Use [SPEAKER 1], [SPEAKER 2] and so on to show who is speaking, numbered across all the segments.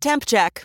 [SPEAKER 1] Temp check.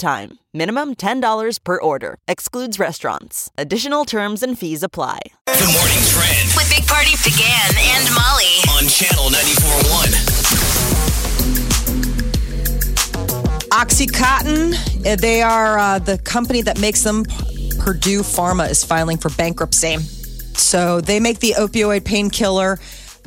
[SPEAKER 1] time. Minimum $10 per order. Excludes restaurants. Additional terms and fees apply.
[SPEAKER 2] The morning trend
[SPEAKER 3] with Big Party began and Molly.
[SPEAKER 2] on channel 94.1.
[SPEAKER 4] OxyContin, uh, they are uh, the company that makes them. Purdue Pharma is filing for bankruptcy. So they make the opioid painkiller.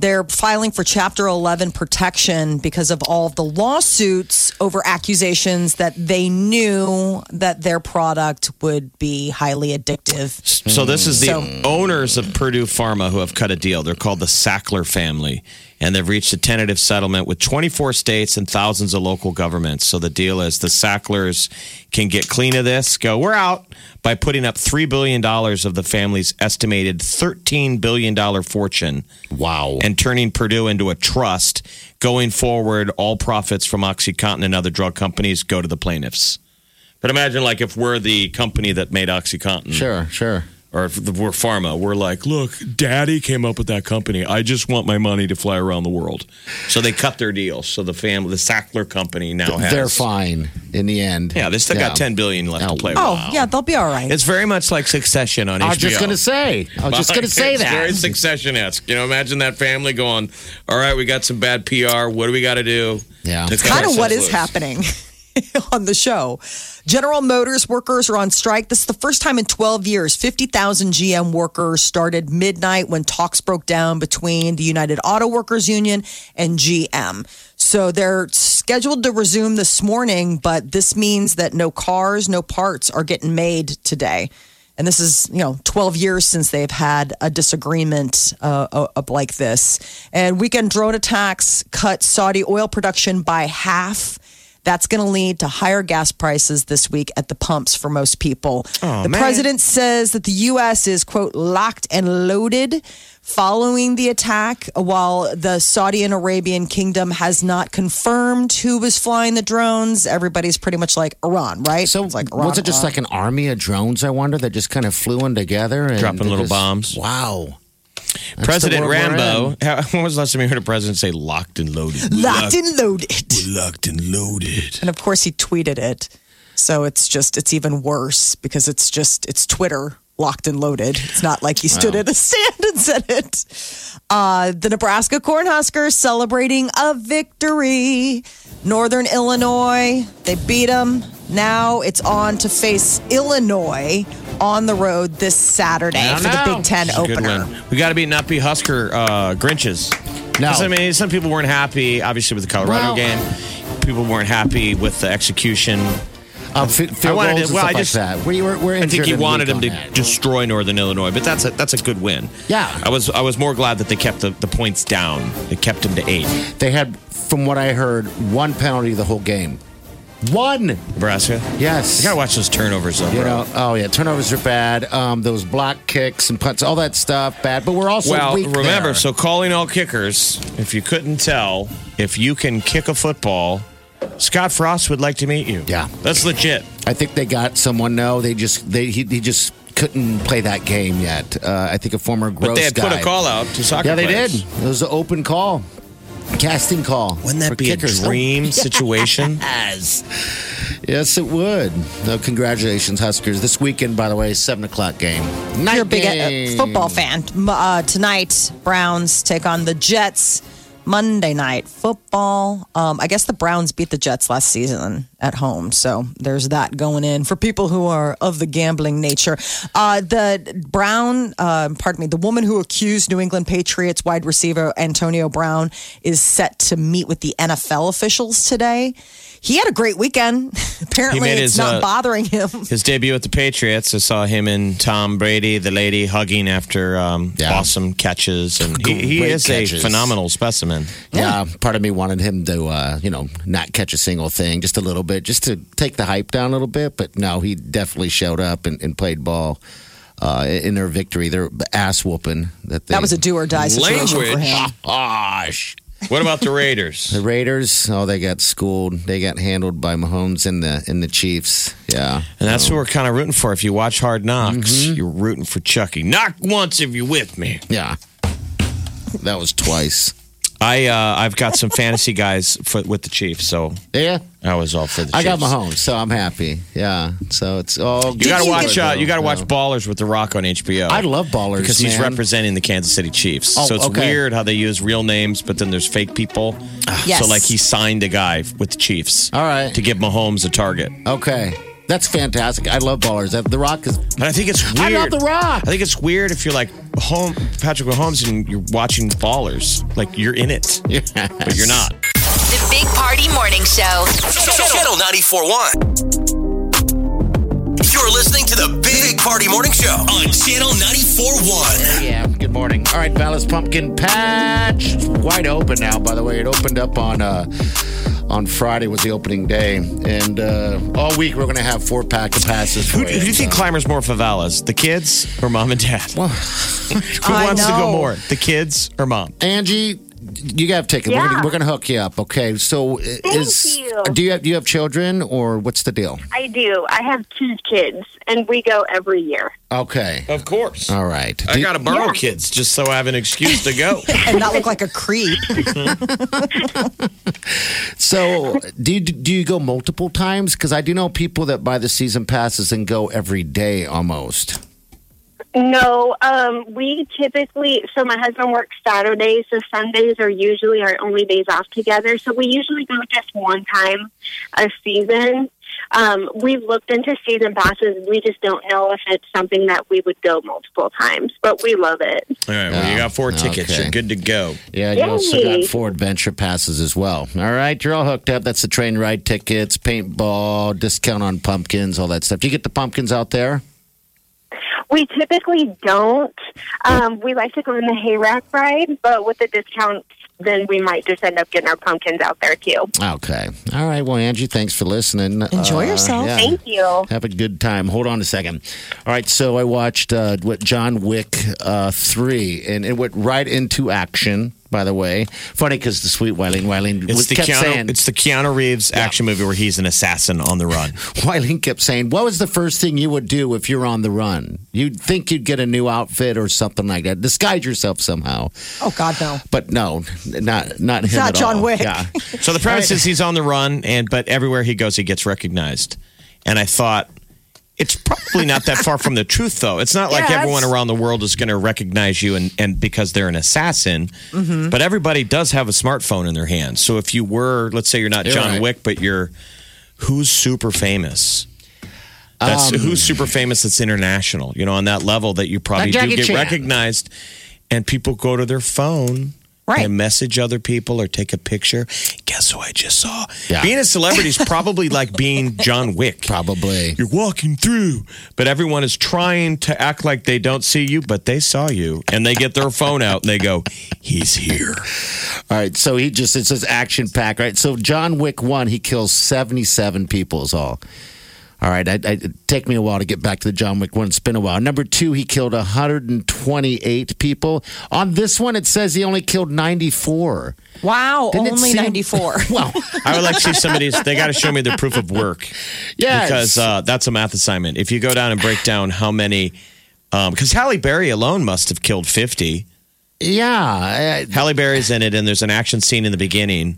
[SPEAKER 4] They're filing for Chapter 11 protection because of all the lawsuits over accusations that they knew that their product would be highly addictive.
[SPEAKER 5] So this is the
[SPEAKER 4] So-
[SPEAKER 5] owners of Purdue Pharma who have cut a deal. They're called the Sackler family, and they've reached a tentative settlement with 24 states and thousands of local governments. So the deal is the Sacklers can get clean of this, go, we're out, by putting up $3 billion of the family's estimated $13 billion fortune
[SPEAKER 6] Wow.
[SPEAKER 5] and turning Purdue into a trust. Going forward, all profits from OxyContin and other drug companies go to the plaintiffs. But imagine, like, if we're the company that made OxyContin
[SPEAKER 6] sure, sure.
[SPEAKER 5] or if we're pharma, we're like, look, daddy came up with that company. I just want my money to fly around the world. So they cut their deal. So the family, the Sackler company now has.
[SPEAKER 6] They're fine in the end.
[SPEAKER 5] Yeah, they still got 10 billion left
[SPEAKER 6] Oh,
[SPEAKER 5] to play
[SPEAKER 4] Oh,
[SPEAKER 5] with.
[SPEAKER 4] yeah, they'll be all right.
[SPEAKER 5] It's very much like Succession on
[SPEAKER 6] I
[SPEAKER 5] HBO.
[SPEAKER 6] was just gonna say. I was just gonna say
[SPEAKER 5] It's Very
[SPEAKER 6] that.
[SPEAKER 5] succession esque. You know, imagine that family going, all right, we got some bad PR. What do we got to do?
[SPEAKER 6] Yeah.
[SPEAKER 5] To cut
[SPEAKER 4] kind of what
[SPEAKER 5] ourselves
[SPEAKER 4] is
[SPEAKER 5] loose?"
[SPEAKER 4] happening on the show. General Motors workers are on strike. This is the first time in 12 years. 50,000 GM workers started midnight when talks broke down between the United Auto Workers Union and GM. So they're scheduled to resume this morning, but this means that no cars, no parts are getting made today. And this is, you know, 12 years since they've had a disagreement uh, uh, of like this. And weekend drone attacks cut Saudi oil production by half. That's going to lead to higher gas prices this week at the pumps for most people.
[SPEAKER 6] Oh,
[SPEAKER 4] the president says that the U.S. is, quote, locked and loaded following the attack, while the Saudi and Arabian kingdom has not confirmed who was flying the drones. Everybody's pretty much like Iran, right?
[SPEAKER 6] So
[SPEAKER 4] It's like Iran,
[SPEAKER 6] was it just
[SPEAKER 4] Iran.
[SPEAKER 6] like an army of drones? I wonder that just kind of flew in together and
[SPEAKER 5] Dropping
[SPEAKER 6] they
[SPEAKER 5] little
[SPEAKER 6] just-
[SPEAKER 5] bombs.
[SPEAKER 6] Wow. That's
[SPEAKER 5] President
[SPEAKER 6] the world we're
[SPEAKER 5] Rambo.
[SPEAKER 6] in.
[SPEAKER 5] How, when was the last time you heard a president say locked and loaded?
[SPEAKER 4] locked and loaded?
[SPEAKER 5] Locked and loaded.
[SPEAKER 4] And of course, he tweeted it. So it's just, it's even worse because it's just, it's Twitter locked and loaded. It's not like he stood at a stand and said it. Uh, the Nebraska Cornhuskers celebrating a victory. Northern Illinois, they beat them. Now it's on to face Illinois on the road this Saturday
[SPEAKER 6] I
[SPEAKER 4] for the
[SPEAKER 6] know.
[SPEAKER 4] Big Ten
[SPEAKER 5] Good
[SPEAKER 4] opener.
[SPEAKER 5] one. We got to be not be Husker uh, Grinches.
[SPEAKER 6] No.
[SPEAKER 5] 'Cause, I mean, some people weren't happy, obviously, with the Colorado
[SPEAKER 6] Well-
[SPEAKER 5] game. People weren't happy with the execution.
[SPEAKER 6] Um, fi- field
[SPEAKER 5] wanted
[SPEAKER 6] goals
[SPEAKER 5] to-
[SPEAKER 6] and
[SPEAKER 5] well,
[SPEAKER 6] stuff
[SPEAKER 5] I
[SPEAKER 6] like
[SPEAKER 5] just-
[SPEAKER 6] that. We were, we're
[SPEAKER 5] I think
[SPEAKER 6] injured
[SPEAKER 5] he
[SPEAKER 6] and
[SPEAKER 5] wanted them
[SPEAKER 6] weak
[SPEAKER 5] to
[SPEAKER 6] on that.
[SPEAKER 5] destroy Northern Illinois, but that's a that's a good win.
[SPEAKER 6] Yeah.
[SPEAKER 5] I was I was more glad that they kept the, the points down. It kept them to eight.
[SPEAKER 6] They had, from what I heard, one penalty the whole game. One.
[SPEAKER 5] Nebraska.
[SPEAKER 6] Yes.
[SPEAKER 5] You gotta watch those turnovers though.
[SPEAKER 6] You
[SPEAKER 5] bro.
[SPEAKER 6] know, oh yeah, turnovers are bad. Um, those block kicks and punts, all that stuff, bad. But we're also
[SPEAKER 5] well,
[SPEAKER 6] weak
[SPEAKER 5] remember,
[SPEAKER 6] there.
[SPEAKER 5] so calling all kickers, if you couldn't tell, if you can kick a football, Scott Frost would like to meet you.
[SPEAKER 6] Yeah.
[SPEAKER 5] That's legit.
[SPEAKER 6] I think they got someone. No, they just they he, he just couldn't play that game yet. Uh, I think a former gross
[SPEAKER 5] But they had
[SPEAKER 6] guy.
[SPEAKER 5] put a call out to soccer
[SPEAKER 6] yeah, they
[SPEAKER 5] players.
[SPEAKER 6] did. It was an open call, casting call.
[SPEAKER 5] Wouldn't that
[SPEAKER 6] for
[SPEAKER 5] be
[SPEAKER 6] kickers.
[SPEAKER 5] a dream situation?
[SPEAKER 6] Yes. Yes, it would. No, congratulations, Huskers. This weekend, by the way, seven o'clock game. Night
[SPEAKER 4] You're a big
[SPEAKER 6] game.
[SPEAKER 4] uh, football fan. M- Uh, tonight, Browns take on the Jets. Monday night football. Um, I guess the Browns beat the Jets last season at home, so there's that going in for people who are of the gambling nature. Uh, the Brown, uh, pardon me, the woman who accused New England Patriots wide receiver Antonio Brown is set to meet with the NFL officials today. He had a great weekend. Apparently,
[SPEAKER 5] made
[SPEAKER 4] it's
[SPEAKER 5] his,
[SPEAKER 4] not
[SPEAKER 5] uh,
[SPEAKER 4] bothering him.
[SPEAKER 5] His debut at the Patriots, I saw him and Tom Brady, the lady, hugging after um,
[SPEAKER 6] Yeah.
[SPEAKER 5] awesome catches, and he, he
[SPEAKER 6] Great
[SPEAKER 5] is
[SPEAKER 6] catches.
[SPEAKER 5] a phenomenal specimen.
[SPEAKER 6] Yeah, part of me wanted him to, uh, you know, not catch a single thing, just a little bit, just to take the hype down a little bit. But no, he definitely showed up and, and played ball uh, in their victory, their ass whooping. That, they,
[SPEAKER 4] That was a do or die situation for
[SPEAKER 5] Language.
[SPEAKER 4] him.
[SPEAKER 6] gosh.
[SPEAKER 5] What about the Raiders?
[SPEAKER 6] The Raiders, oh, they got schooled. They got handled by Mahomes and the and the Chiefs. Yeah,
[SPEAKER 5] And that's what we're kind of rooting for. If you watch Hard Knocks, you're rooting for Chucky. Knock once if you're with me.
[SPEAKER 6] yeah. That was twice.
[SPEAKER 5] I uh, I've got some fantasy guys for, with the Chiefs, so
[SPEAKER 6] Yeah,
[SPEAKER 5] I was all for the.
[SPEAKER 6] I got
[SPEAKER 5] Chiefs.
[SPEAKER 6] Mahomes, so I'm happy. Yeah, so it's all.
[SPEAKER 5] You gotta watch. Uh, you gotta watch Ballers with the Rock on HBO.
[SPEAKER 6] I love Ballers,
[SPEAKER 5] because he's
[SPEAKER 6] man.
[SPEAKER 5] representing the Kansas City Chiefs.
[SPEAKER 6] Oh,
[SPEAKER 5] so it's
[SPEAKER 6] okay. Ah.
[SPEAKER 5] weird how they use real names, but then there's fake people.
[SPEAKER 4] Yes.
[SPEAKER 5] So like he signed a guy with the Chiefs.
[SPEAKER 6] All right.
[SPEAKER 5] To give Mahomes a target,
[SPEAKER 6] Okay, that's fantastic. I love Ballers. That, the Rock is
[SPEAKER 5] but I think it's weird.
[SPEAKER 6] I love The
[SPEAKER 5] I
[SPEAKER 6] Rock.
[SPEAKER 5] think it's weird if you're like home Patrick Mahomes and you're watching Ballers, like you're in it, but you're not.
[SPEAKER 3] The Big Party Morning Show.
[SPEAKER 2] Channel 94.1. You're listening to the Big Party Morning Show on Channel 94.1.
[SPEAKER 6] Yeah, good morning. All right, Vallis Pumpkin Patch. It's wide open now, by the way. It opened up on uh on Friday was the opening day. And uh all week we're gonna have four pack of passes for
[SPEAKER 5] Who, who do you think
[SPEAKER 6] so-
[SPEAKER 5] climbers more favelas? The kids or mom and dad? who
[SPEAKER 4] I
[SPEAKER 5] wants to go
[SPEAKER 4] know.
[SPEAKER 5] more? The kids or mom?
[SPEAKER 6] Angie, you gotta take it. We're, gonna,
[SPEAKER 7] Yeah.
[SPEAKER 6] we're gonna hook you up, okay? So i- is
[SPEAKER 7] you.
[SPEAKER 6] do you have do you have children or what's the deal?
[SPEAKER 7] I do. I have two kids, and we go every year.
[SPEAKER 6] Okay.
[SPEAKER 5] Of course.
[SPEAKER 6] All right.
[SPEAKER 5] I
[SPEAKER 6] Do-
[SPEAKER 5] gotta borrow kids just so I have an excuse to go.
[SPEAKER 4] And not look like a creep.
[SPEAKER 6] So, do you, do you go multiple times? Because I do know people that buy the season passes and go every day almost.
[SPEAKER 7] No, um, we typically, so my husband works Saturdays, so Sundays are usually our only days off together. So we usually go just one time a season. Um, we've looked into season passes. We just don't know if it's something that we would go multiple times, but we love it.
[SPEAKER 5] All right, well, you got four tickets.
[SPEAKER 6] Okay.
[SPEAKER 5] You're good to go.
[SPEAKER 6] Yeah, you also got
[SPEAKER 7] Yay.
[SPEAKER 6] four adventure passes as well. All right, you're all hooked up. That's the train ride tickets, paintball, discount on pumpkins, all that stuff. Do you get the pumpkins out there?
[SPEAKER 7] We typically don't. Um, we like to go on the hayrack ride, but with the discounts, then we might just end up getting our pumpkins out there too.
[SPEAKER 6] Okay. All right. Well, Angie, thanks for listening. Uh,
[SPEAKER 4] Enjoy yourself.
[SPEAKER 6] yeah.
[SPEAKER 7] Thank you.
[SPEAKER 6] Have a good time. Hold on a second. All right, so I watched uh, what John Wick uh, three, and it went right into action. By the way, funny because the sweet Wileen Wileen
[SPEAKER 5] It's the
[SPEAKER 6] kept
[SPEAKER 5] Keanu.
[SPEAKER 6] saying
[SPEAKER 5] It's the Keanu Reeves action movie where he's an assassin on the run.
[SPEAKER 6] Wileen kept saying, "What was the first thing you would do if you're on the run? You'd think you'd get a new outfit or something like that, disguise yourself somehow."
[SPEAKER 4] Oh, God, no.
[SPEAKER 6] But no, not not him.
[SPEAKER 4] Not
[SPEAKER 6] at
[SPEAKER 4] John
[SPEAKER 6] all.
[SPEAKER 4] Wick.
[SPEAKER 6] Yeah,
[SPEAKER 5] So the premise is he's on the run, and but everywhere he goes, he gets recognized. And I thought it's probably not that far from the truth, though. It's not like
[SPEAKER 4] Yeah,
[SPEAKER 5] everyone
[SPEAKER 4] that's-
[SPEAKER 5] around the world is going to recognize you, and, and because they're an assassin, but everybody does have a smartphone in their hand. So if you were, let's say, you're not
[SPEAKER 6] You're
[SPEAKER 5] John
[SPEAKER 6] right.
[SPEAKER 5] Wick, but you're who's super famous. That's
[SPEAKER 6] Um,
[SPEAKER 5] who's super famous. That's international. You know, on that level, that you probably
[SPEAKER 6] Like
[SPEAKER 5] do
[SPEAKER 6] Jackie
[SPEAKER 5] get
[SPEAKER 6] Chan.
[SPEAKER 5] recognized, and people go to their phone
[SPEAKER 4] Right.
[SPEAKER 5] and message other people or take a picture. Guess who I just saw?
[SPEAKER 6] Yeah.
[SPEAKER 5] Being a celebrity is probably like being John Wick.
[SPEAKER 6] probably.
[SPEAKER 5] You're walking through, but everyone is trying to act like they don't see you, but they saw you, and they get their phone out and they go, "He's here."
[SPEAKER 6] All right, so he just it's this action pack, right? So John Wick one, he kills seventy seven people is all. All right, I, I, it take me a while to get back to the John Wick one. It's been a while. Number two, he killed one hundred and twenty eight people. On this one, it says he only killed ninety four.
[SPEAKER 4] Wow,
[SPEAKER 6] Didn't it
[SPEAKER 4] only
[SPEAKER 6] seem-
[SPEAKER 4] 94.
[SPEAKER 6] Well,
[SPEAKER 5] I would like to see somebody's. They got to show me their proof of work.
[SPEAKER 6] yeah,
[SPEAKER 5] because uh, that's a math assignment. If you go down and break down how many, because Halle Berry alone must have killed fifty.
[SPEAKER 6] yeah, uh, I-
[SPEAKER 5] Halle Berry's in it, and there's an action scene in the beginning,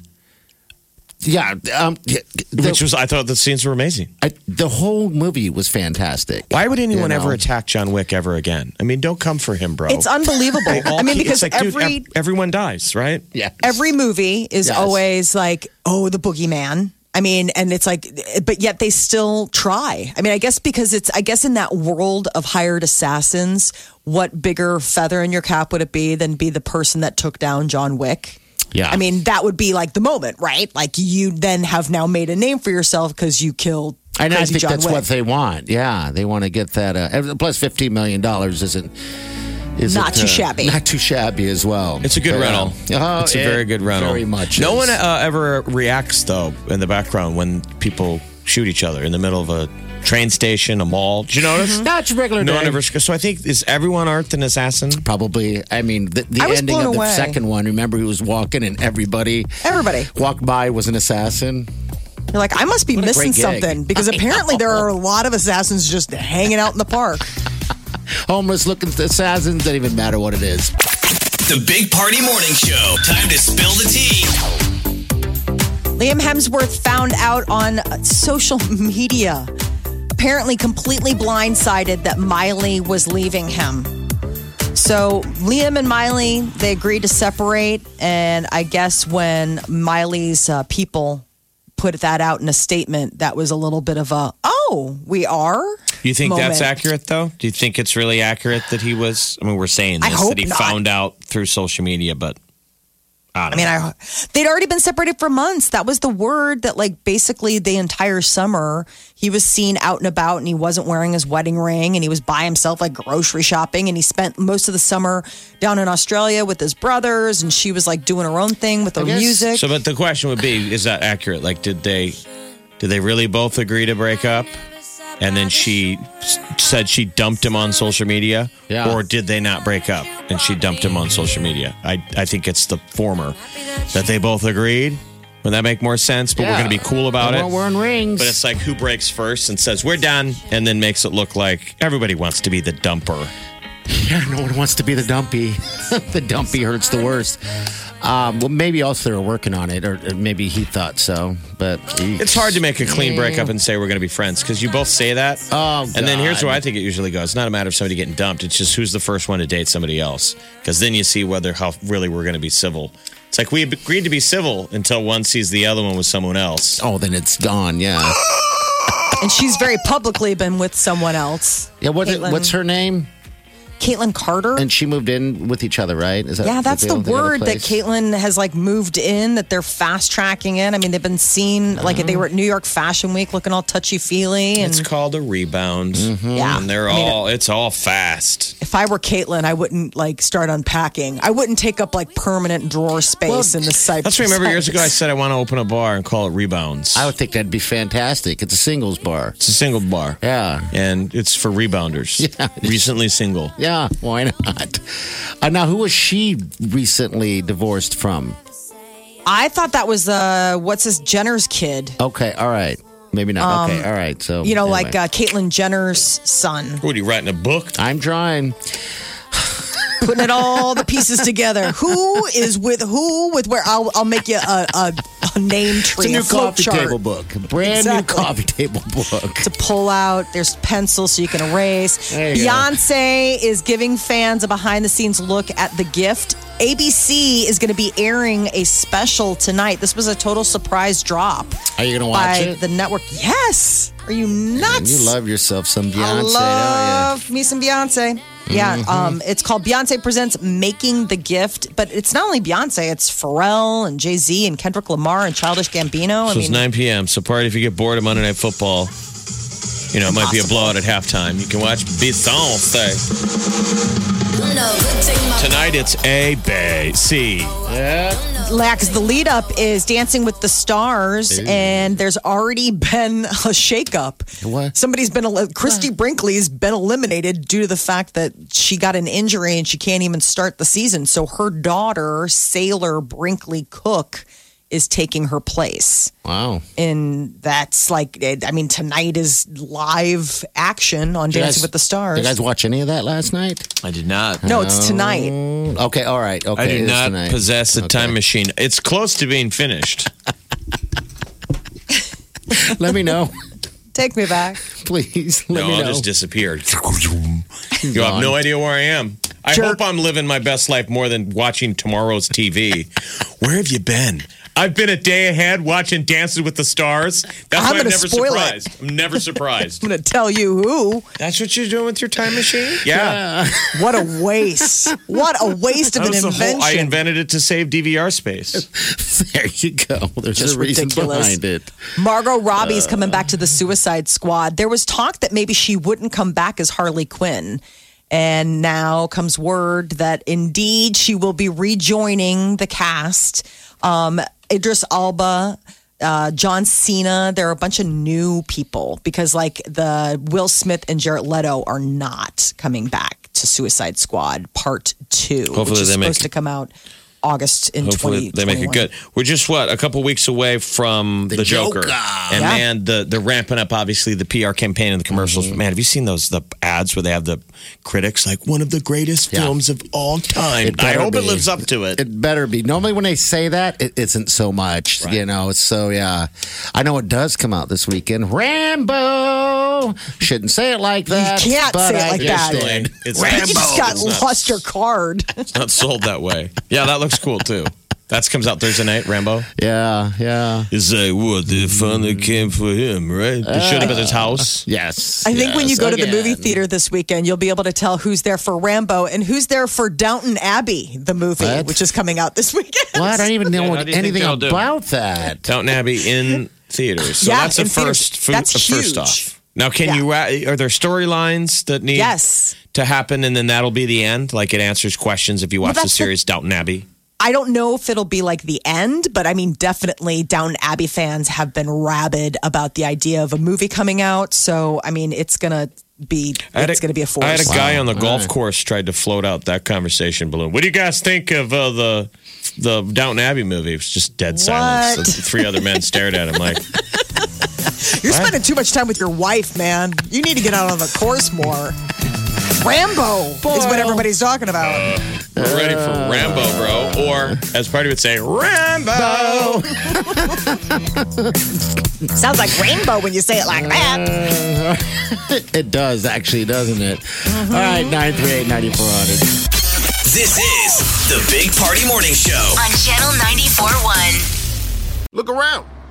[SPEAKER 6] yeah. Um, the,
[SPEAKER 5] which was I thought the scenes were amazing.
[SPEAKER 6] I, the whole movie was fantastic.
[SPEAKER 5] Why would anyone
[SPEAKER 6] You know.
[SPEAKER 5] ever attack John Wick ever again? I mean, don't come for him, bro.
[SPEAKER 4] It's unbelievable.
[SPEAKER 5] They all
[SPEAKER 4] I mean,
[SPEAKER 5] keep-
[SPEAKER 4] because
[SPEAKER 5] it's like,
[SPEAKER 4] every
[SPEAKER 5] dude, ev- everyone dies, right?
[SPEAKER 6] Yeah,
[SPEAKER 4] every movie is
[SPEAKER 6] Yes.
[SPEAKER 4] always like, oh, the boogeyman. I mean, and it's like, but yet they still try. I mean, I guess because it's, I guess in that world of hired assassins, what bigger feather in your cap would it be than be the person that took down John Wick?
[SPEAKER 6] Yeah.
[SPEAKER 4] I mean, that would be like the moment, right? Like you then have now made a name for yourself because you killed.
[SPEAKER 6] And I
[SPEAKER 4] Crazy
[SPEAKER 6] think
[SPEAKER 4] John
[SPEAKER 6] that's
[SPEAKER 4] Wick.
[SPEAKER 6] what they want. Yeah, they want to get that. Uh, and plus, fifteen million dollars isn't is uh,
[SPEAKER 4] Not too shabby.
[SPEAKER 6] Not too shabby as well.
[SPEAKER 5] It's a good
[SPEAKER 6] But,
[SPEAKER 5] rental.
[SPEAKER 6] uh, oh,
[SPEAKER 5] it's a
[SPEAKER 6] it
[SPEAKER 5] Uh-huh. very good rental.
[SPEAKER 6] Very much.
[SPEAKER 5] No
[SPEAKER 6] is.
[SPEAKER 5] one uh, ever reacts though in the background when people shoot each other in the middle of a train station, a mall. Did you notice?
[SPEAKER 4] Mm-hmm.
[SPEAKER 6] No, it's a regular.
[SPEAKER 5] No one
[SPEAKER 6] day.
[SPEAKER 5] ever. So I think is everyone aren't an assassin?
[SPEAKER 6] Probably. I mean, the, the
[SPEAKER 4] I was
[SPEAKER 6] ending
[SPEAKER 4] blown
[SPEAKER 6] of the
[SPEAKER 4] away.
[SPEAKER 6] second one. Remember, he was walking and everybody
[SPEAKER 4] Everybody.
[SPEAKER 6] walked by was an assassin.
[SPEAKER 4] You're like, I must be
[SPEAKER 6] What a
[SPEAKER 4] missing
[SPEAKER 6] great gig.
[SPEAKER 4] something because apparently there are a lot of assassins just hanging out in the park.
[SPEAKER 6] Homeless looking assassins. Doesn't even matter what it is.
[SPEAKER 2] The Big Party Morning Show. Time to spill the tea.
[SPEAKER 4] Liam Hemsworth found out on social media, apparently completely blindsided that Miley was leaving him. So Liam and Miley, they agreed to separate. And I guess when Miley's uh, people put that out in a statement, that was a little bit of a, oh, we are?
[SPEAKER 5] Do you think that's
[SPEAKER 4] moment.
[SPEAKER 5] accurate though? Do you think it's really accurate that he was? I mean, we're saying
[SPEAKER 4] I
[SPEAKER 5] this
[SPEAKER 4] hope
[SPEAKER 5] that he
[SPEAKER 4] not.
[SPEAKER 5] found out through social media, but I
[SPEAKER 4] I
[SPEAKER 5] don't.
[SPEAKER 4] mean,
[SPEAKER 5] know.
[SPEAKER 4] I they'd already been separated for months. That was the word that, like, basically the entire summer he was seen out and about, and he wasn't wearing his wedding ring, and he was by himself, like grocery shopping, and he spent most of the summer down in Australia with his brothers, and she was like doing her own thing with her
[SPEAKER 6] guess-
[SPEAKER 4] music.
[SPEAKER 5] So, but the question would be: Is that accurate? Like, did they, did they really both agree to break up, and then she s- said she dumped him on social media,
[SPEAKER 6] Yeah.
[SPEAKER 5] or did they not break up and she dumped him on social media? I, I think it's the former that they both agreed. Would that make more sense? But we're
[SPEAKER 6] Yeah.
[SPEAKER 5] going to be cool about
[SPEAKER 6] They
[SPEAKER 5] it.
[SPEAKER 6] weren't wearing rings.
[SPEAKER 5] But it's like who breaks first and says we're done, and then makes it look like everybody wants to be the dumper.
[SPEAKER 6] Yeah, no one wants to be the dumpy. the dumpy hurts the worst. Um, well, maybe also they were working on it, or or maybe he thought so. But
[SPEAKER 5] It's hard to make a clean breakup and say we're going to be friends because you both say that.
[SPEAKER 6] Oh,
[SPEAKER 5] and then here's
[SPEAKER 6] God.
[SPEAKER 5] where I think it usually goes. It's not a matter of somebody getting dumped. It's just who's the first one to date somebody else because then you see whether how really we're going to be civil. It's like we agreed to be civil until one sees the other one with someone else.
[SPEAKER 6] Oh, then it's gone. Yeah.
[SPEAKER 4] and she's very publicly been with someone else,
[SPEAKER 6] Yeah. What,
[SPEAKER 4] Caitlin.
[SPEAKER 6] what's her name?
[SPEAKER 4] Caitlyn Carter.
[SPEAKER 6] And she moved in with each other, right? Is that
[SPEAKER 4] yeah, that's the
[SPEAKER 6] deal? They got a
[SPEAKER 4] word that
[SPEAKER 6] place?
[SPEAKER 4] Caitlyn has like moved in, that they're fast tracking in. I mean, they've been seen like
[SPEAKER 6] Mm.
[SPEAKER 4] they were at New York Fashion Week looking all touchy feely. And
[SPEAKER 5] It's called a rebound.
[SPEAKER 4] Yeah.
[SPEAKER 5] and they're
[SPEAKER 4] I mean,
[SPEAKER 5] all it's all fast.
[SPEAKER 4] if I were Caitlyn, I wouldn't like start unpacking. I wouldn't take up like permanent drawer space in the site.
[SPEAKER 5] That's why I remember years ago I said I want to open a bar and call it Rebounds.
[SPEAKER 6] I would think that'd be fantastic. It's a singles bar.
[SPEAKER 5] it's a single bar.
[SPEAKER 6] Yeah.
[SPEAKER 5] and it's for rebounders.
[SPEAKER 6] Yeah.
[SPEAKER 5] recently single.
[SPEAKER 6] Yeah. Why not? Uh, now, who was she recently divorced from?
[SPEAKER 4] I thought that was uh, what's his Jenner's kid.
[SPEAKER 6] Okay. All right. Maybe not. okay. All right. So
[SPEAKER 4] Um, You know,
[SPEAKER 6] anyway.
[SPEAKER 4] like uh, Caitlyn Jenner's son,
[SPEAKER 5] What are you writing a book?
[SPEAKER 6] I'm trying.
[SPEAKER 4] putting it all the pieces together. Who is with who? With where? I'll I'll make you a, a, a name tree,
[SPEAKER 6] It's a new
[SPEAKER 4] flow
[SPEAKER 6] coffee
[SPEAKER 4] chart
[SPEAKER 6] table book. A brand
[SPEAKER 4] Exactly.
[SPEAKER 6] new coffee table book.
[SPEAKER 4] to pull out. There's pencils so you can erase.
[SPEAKER 6] There you go.
[SPEAKER 4] Beyonce is giving fans a behind the scenes look at the gift. ABC is going to be airing a special tonight. This was a total surprise drop
[SPEAKER 6] Are you gonna watch
[SPEAKER 4] by
[SPEAKER 6] it?
[SPEAKER 4] the network. Yes. Are you nuts?
[SPEAKER 6] you love yourself some
[SPEAKER 4] I
[SPEAKER 6] Beyonce, don't Mm-hmm.
[SPEAKER 4] love me some Beyonce. Yeah, um, it's called Beyonce Presents Making the Gift, but it's not only Beyonce, it's Pharrell and Jay Z and Kendrick Lamar and Childish Gambino. I
[SPEAKER 5] So it's
[SPEAKER 4] mean,
[SPEAKER 5] 9 p.m. So party if you get bored of Monday Night Football. You know, it might be a blowout at halftime. You can watch Beyonce. Tonight it's A, B, C.
[SPEAKER 4] Lax, the lead up is Dancing with the Stars, and there's already been a shakeup.
[SPEAKER 6] What?
[SPEAKER 4] Somebody's been, el- Christy Brinkley's been eliminated due to the fact that she got an injury and she can't even start the season. So her daughter, Sailor Brinkley Cook, is taking her place.
[SPEAKER 6] you? Wow.
[SPEAKER 4] And that's like, it- I mean, tonight is live action on
[SPEAKER 6] Did you
[SPEAKER 4] Dancing
[SPEAKER 6] guys-
[SPEAKER 4] with the Stars.
[SPEAKER 6] Did you guys watch any of that last night?
[SPEAKER 5] I did not.
[SPEAKER 4] no, it's tonight.
[SPEAKER 6] Mm, Okay, all right. Okay,
[SPEAKER 5] I do
[SPEAKER 6] it is
[SPEAKER 5] not
[SPEAKER 6] tonight.
[SPEAKER 5] possess a time machine. It's close to being finished.
[SPEAKER 6] Let me know,
[SPEAKER 4] Take me back.
[SPEAKER 6] please. Let
[SPEAKER 5] no,
[SPEAKER 6] me
[SPEAKER 5] I
[SPEAKER 6] know.
[SPEAKER 5] just disappeared. you have no idea where I am. I
[SPEAKER 4] Jerk.
[SPEAKER 5] hope I'm living my best life more than watching tomorrow's TV. where have you been? I've been a day ahead watching Dances with the Stars. That's
[SPEAKER 4] I'm
[SPEAKER 5] why I'm
[SPEAKER 4] gonna
[SPEAKER 5] never
[SPEAKER 4] spoil it.
[SPEAKER 5] surprised. I'm never surprised.
[SPEAKER 4] I'm going to tell you who.
[SPEAKER 5] That's what you're doing with your time machine? Yeah.
[SPEAKER 4] What a waste. What a waste of
[SPEAKER 5] That
[SPEAKER 4] an
[SPEAKER 5] was the
[SPEAKER 4] invention.
[SPEAKER 5] whole, I invented it to save DVR space.
[SPEAKER 6] There you go. There's
[SPEAKER 4] Just
[SPEAKER 6] a reason
[SPEAKER 4] ridiculous.
[SPEAKER 6] behind it.
[SPEAKER 4] Margot Robbie's coming back
[SPEAKER 5] Uh.
[SPEAKER 4] to the Suicide Squad. There was talk that maybe she wouldn't come back as Harley Quinn. And now comes word that indeed she will be rejoining the cast. Um, Idris Alba, uh, John Cena, there are a bunch of new people because, like, the Will Smith and Jared Leto are not coming back to Suicide Squad Part 2, which
[SPEAKER 5] Hopefully
[SPEAKER 4] is
[SPEAKER 5] they make-
[SPEAKER 4] supposed to come out August in
[SPEAKER 5] Hopefully
[SPEAKER 4] 2021.
[SPEAKER 5] they make it good. We're just what a couple weeks away from the, Joker,
[SPEAKER 6] Joker.
[SPEAKER 5] and
[SPEAKER 4] Yeah.
[SPEAKER 5] man, the they're ramping up obviously the PR campaign and the commercials. Man, have you seen those the ads where they have the critics like one of the greatest
[SPEAKER 6] Yeah.
[SPEAKER 5] films of all time?
[SPEAKER 6] It
[SPEAKER 5] I
[SPEAKER 6] better
[SPEAKER 5] hope it
[SPEAKER 6] be.
[SPEAKER 5] lives up to it.
[SPEAKER 6] It better be. Normally, when they say that, it isn't so much. You know, so yeah. I know it does come out this weekend. Rambo! Shouldn't say it like that.
[SPEAKER 4] can't
[SPEAKER 6] but
[SPEAKER 4] say it
[SPEAKER 6] I
[SPEAKER 4] like that.
[SPEAKER 6] understand.
[SPEAKER 5] It's
[SPEAKER 4] You just got
[SPEAKER 5] It's not-
[SPEAKER 4] lost your card.
[SPEAKER 5] It's not sold that way. Yeah, that looks cool too. That comes out Thursday night, Rambo.
[SPEAKER 6] Yeah, yeah.
[SPEAKER 5] It's like, what, they finally came for him, right? They showed up at his house.
[SPEAKER 6] Yes.
[SPEAKER 4] I think when you
[SPEAKER 6] yes,
[SPEAKER 4] go to the
[SPEAKER 6] again.
[SPEAKER 4] movie theater this weekend, you'll be able to tell who's there for Rambo and who's there for Downton Abbey, the movie,
[SPEAKER 6] What?
[SPEAKER 4] which is coming out this weekend.
[SPEAKER 6] What? I don't even know
[SPEAKER 5] Yeah, how do you think
[SPEAKER 6] anything
[SPEAKER 5] they'll do?
[SPEAKER 6] about that.
[SPEAKER 5] Downton Abbey in theaters. So
[SPEAKER 4] Yeah,
[SPEAKER 5] that's a
[SPEAKER 4] in theaters.
[SPEAKER 5] first. Food,
[SPEAKER 4] That's
[SPEAKER 5] a
[SPEAKER 4] huge.
[SPEAKER 5] First off. Now, can
[SPEAKER 4] Yeah.
[SPEAKER 5] you? ra- Are there storylines that need
[SPEAKER 4] Yes.
[SPEAKER 5] to happen, and then that'll be the end? Like it answers questions if you watch the
[SPEAKER 4] that's the-
[SPEAKER 5] series Downton Abbey.
[SPEAKER 4] I don't know if it'll be like the end, but I mean, definitely Downton Abbey fans have been rabid about the idea of a movie coming out. So, I mean, it's going to be
[SPEAKER 5] I had
[SPEAKER 4] it's going to be a force.
[SPEAKER 5] I had a guy
[SPEAKER 6] Wow.
[SPEAKER 5] on the
[SPEAKER 6] All
[SPEAKER 5] golf
[SPEAKER 6] right.
[SPEAKER 5] course tried to float out that conversation balloon. What do you guys think of uh, the the Downton Abbey movie? It was just dead silence.
[SPEAKER 4] What?
[SPEAKER 5] The three other men stared at him like,
[SPEAKER 4] You're spending too much time with your wife, man. You need to get out on the course more. Rambo is what everybody's talking about.
[SPEAKER 5] "We're ready for Rambo, bro," or as Party would say, "Rambo."
[SPEAKER 4] Sounds like rainbow when you say it like that.
[SPEAKER 6] It does, actually, doesn't it? All
[SPEAKER 4] Uh-huh.
[SPEAKER 6] right, 938 9400.
[SPEAKER 2] This is the Big Party Morning Show.
[SPEAKER 3] on Channel 94.1.
[SPEAKER 8] Look around.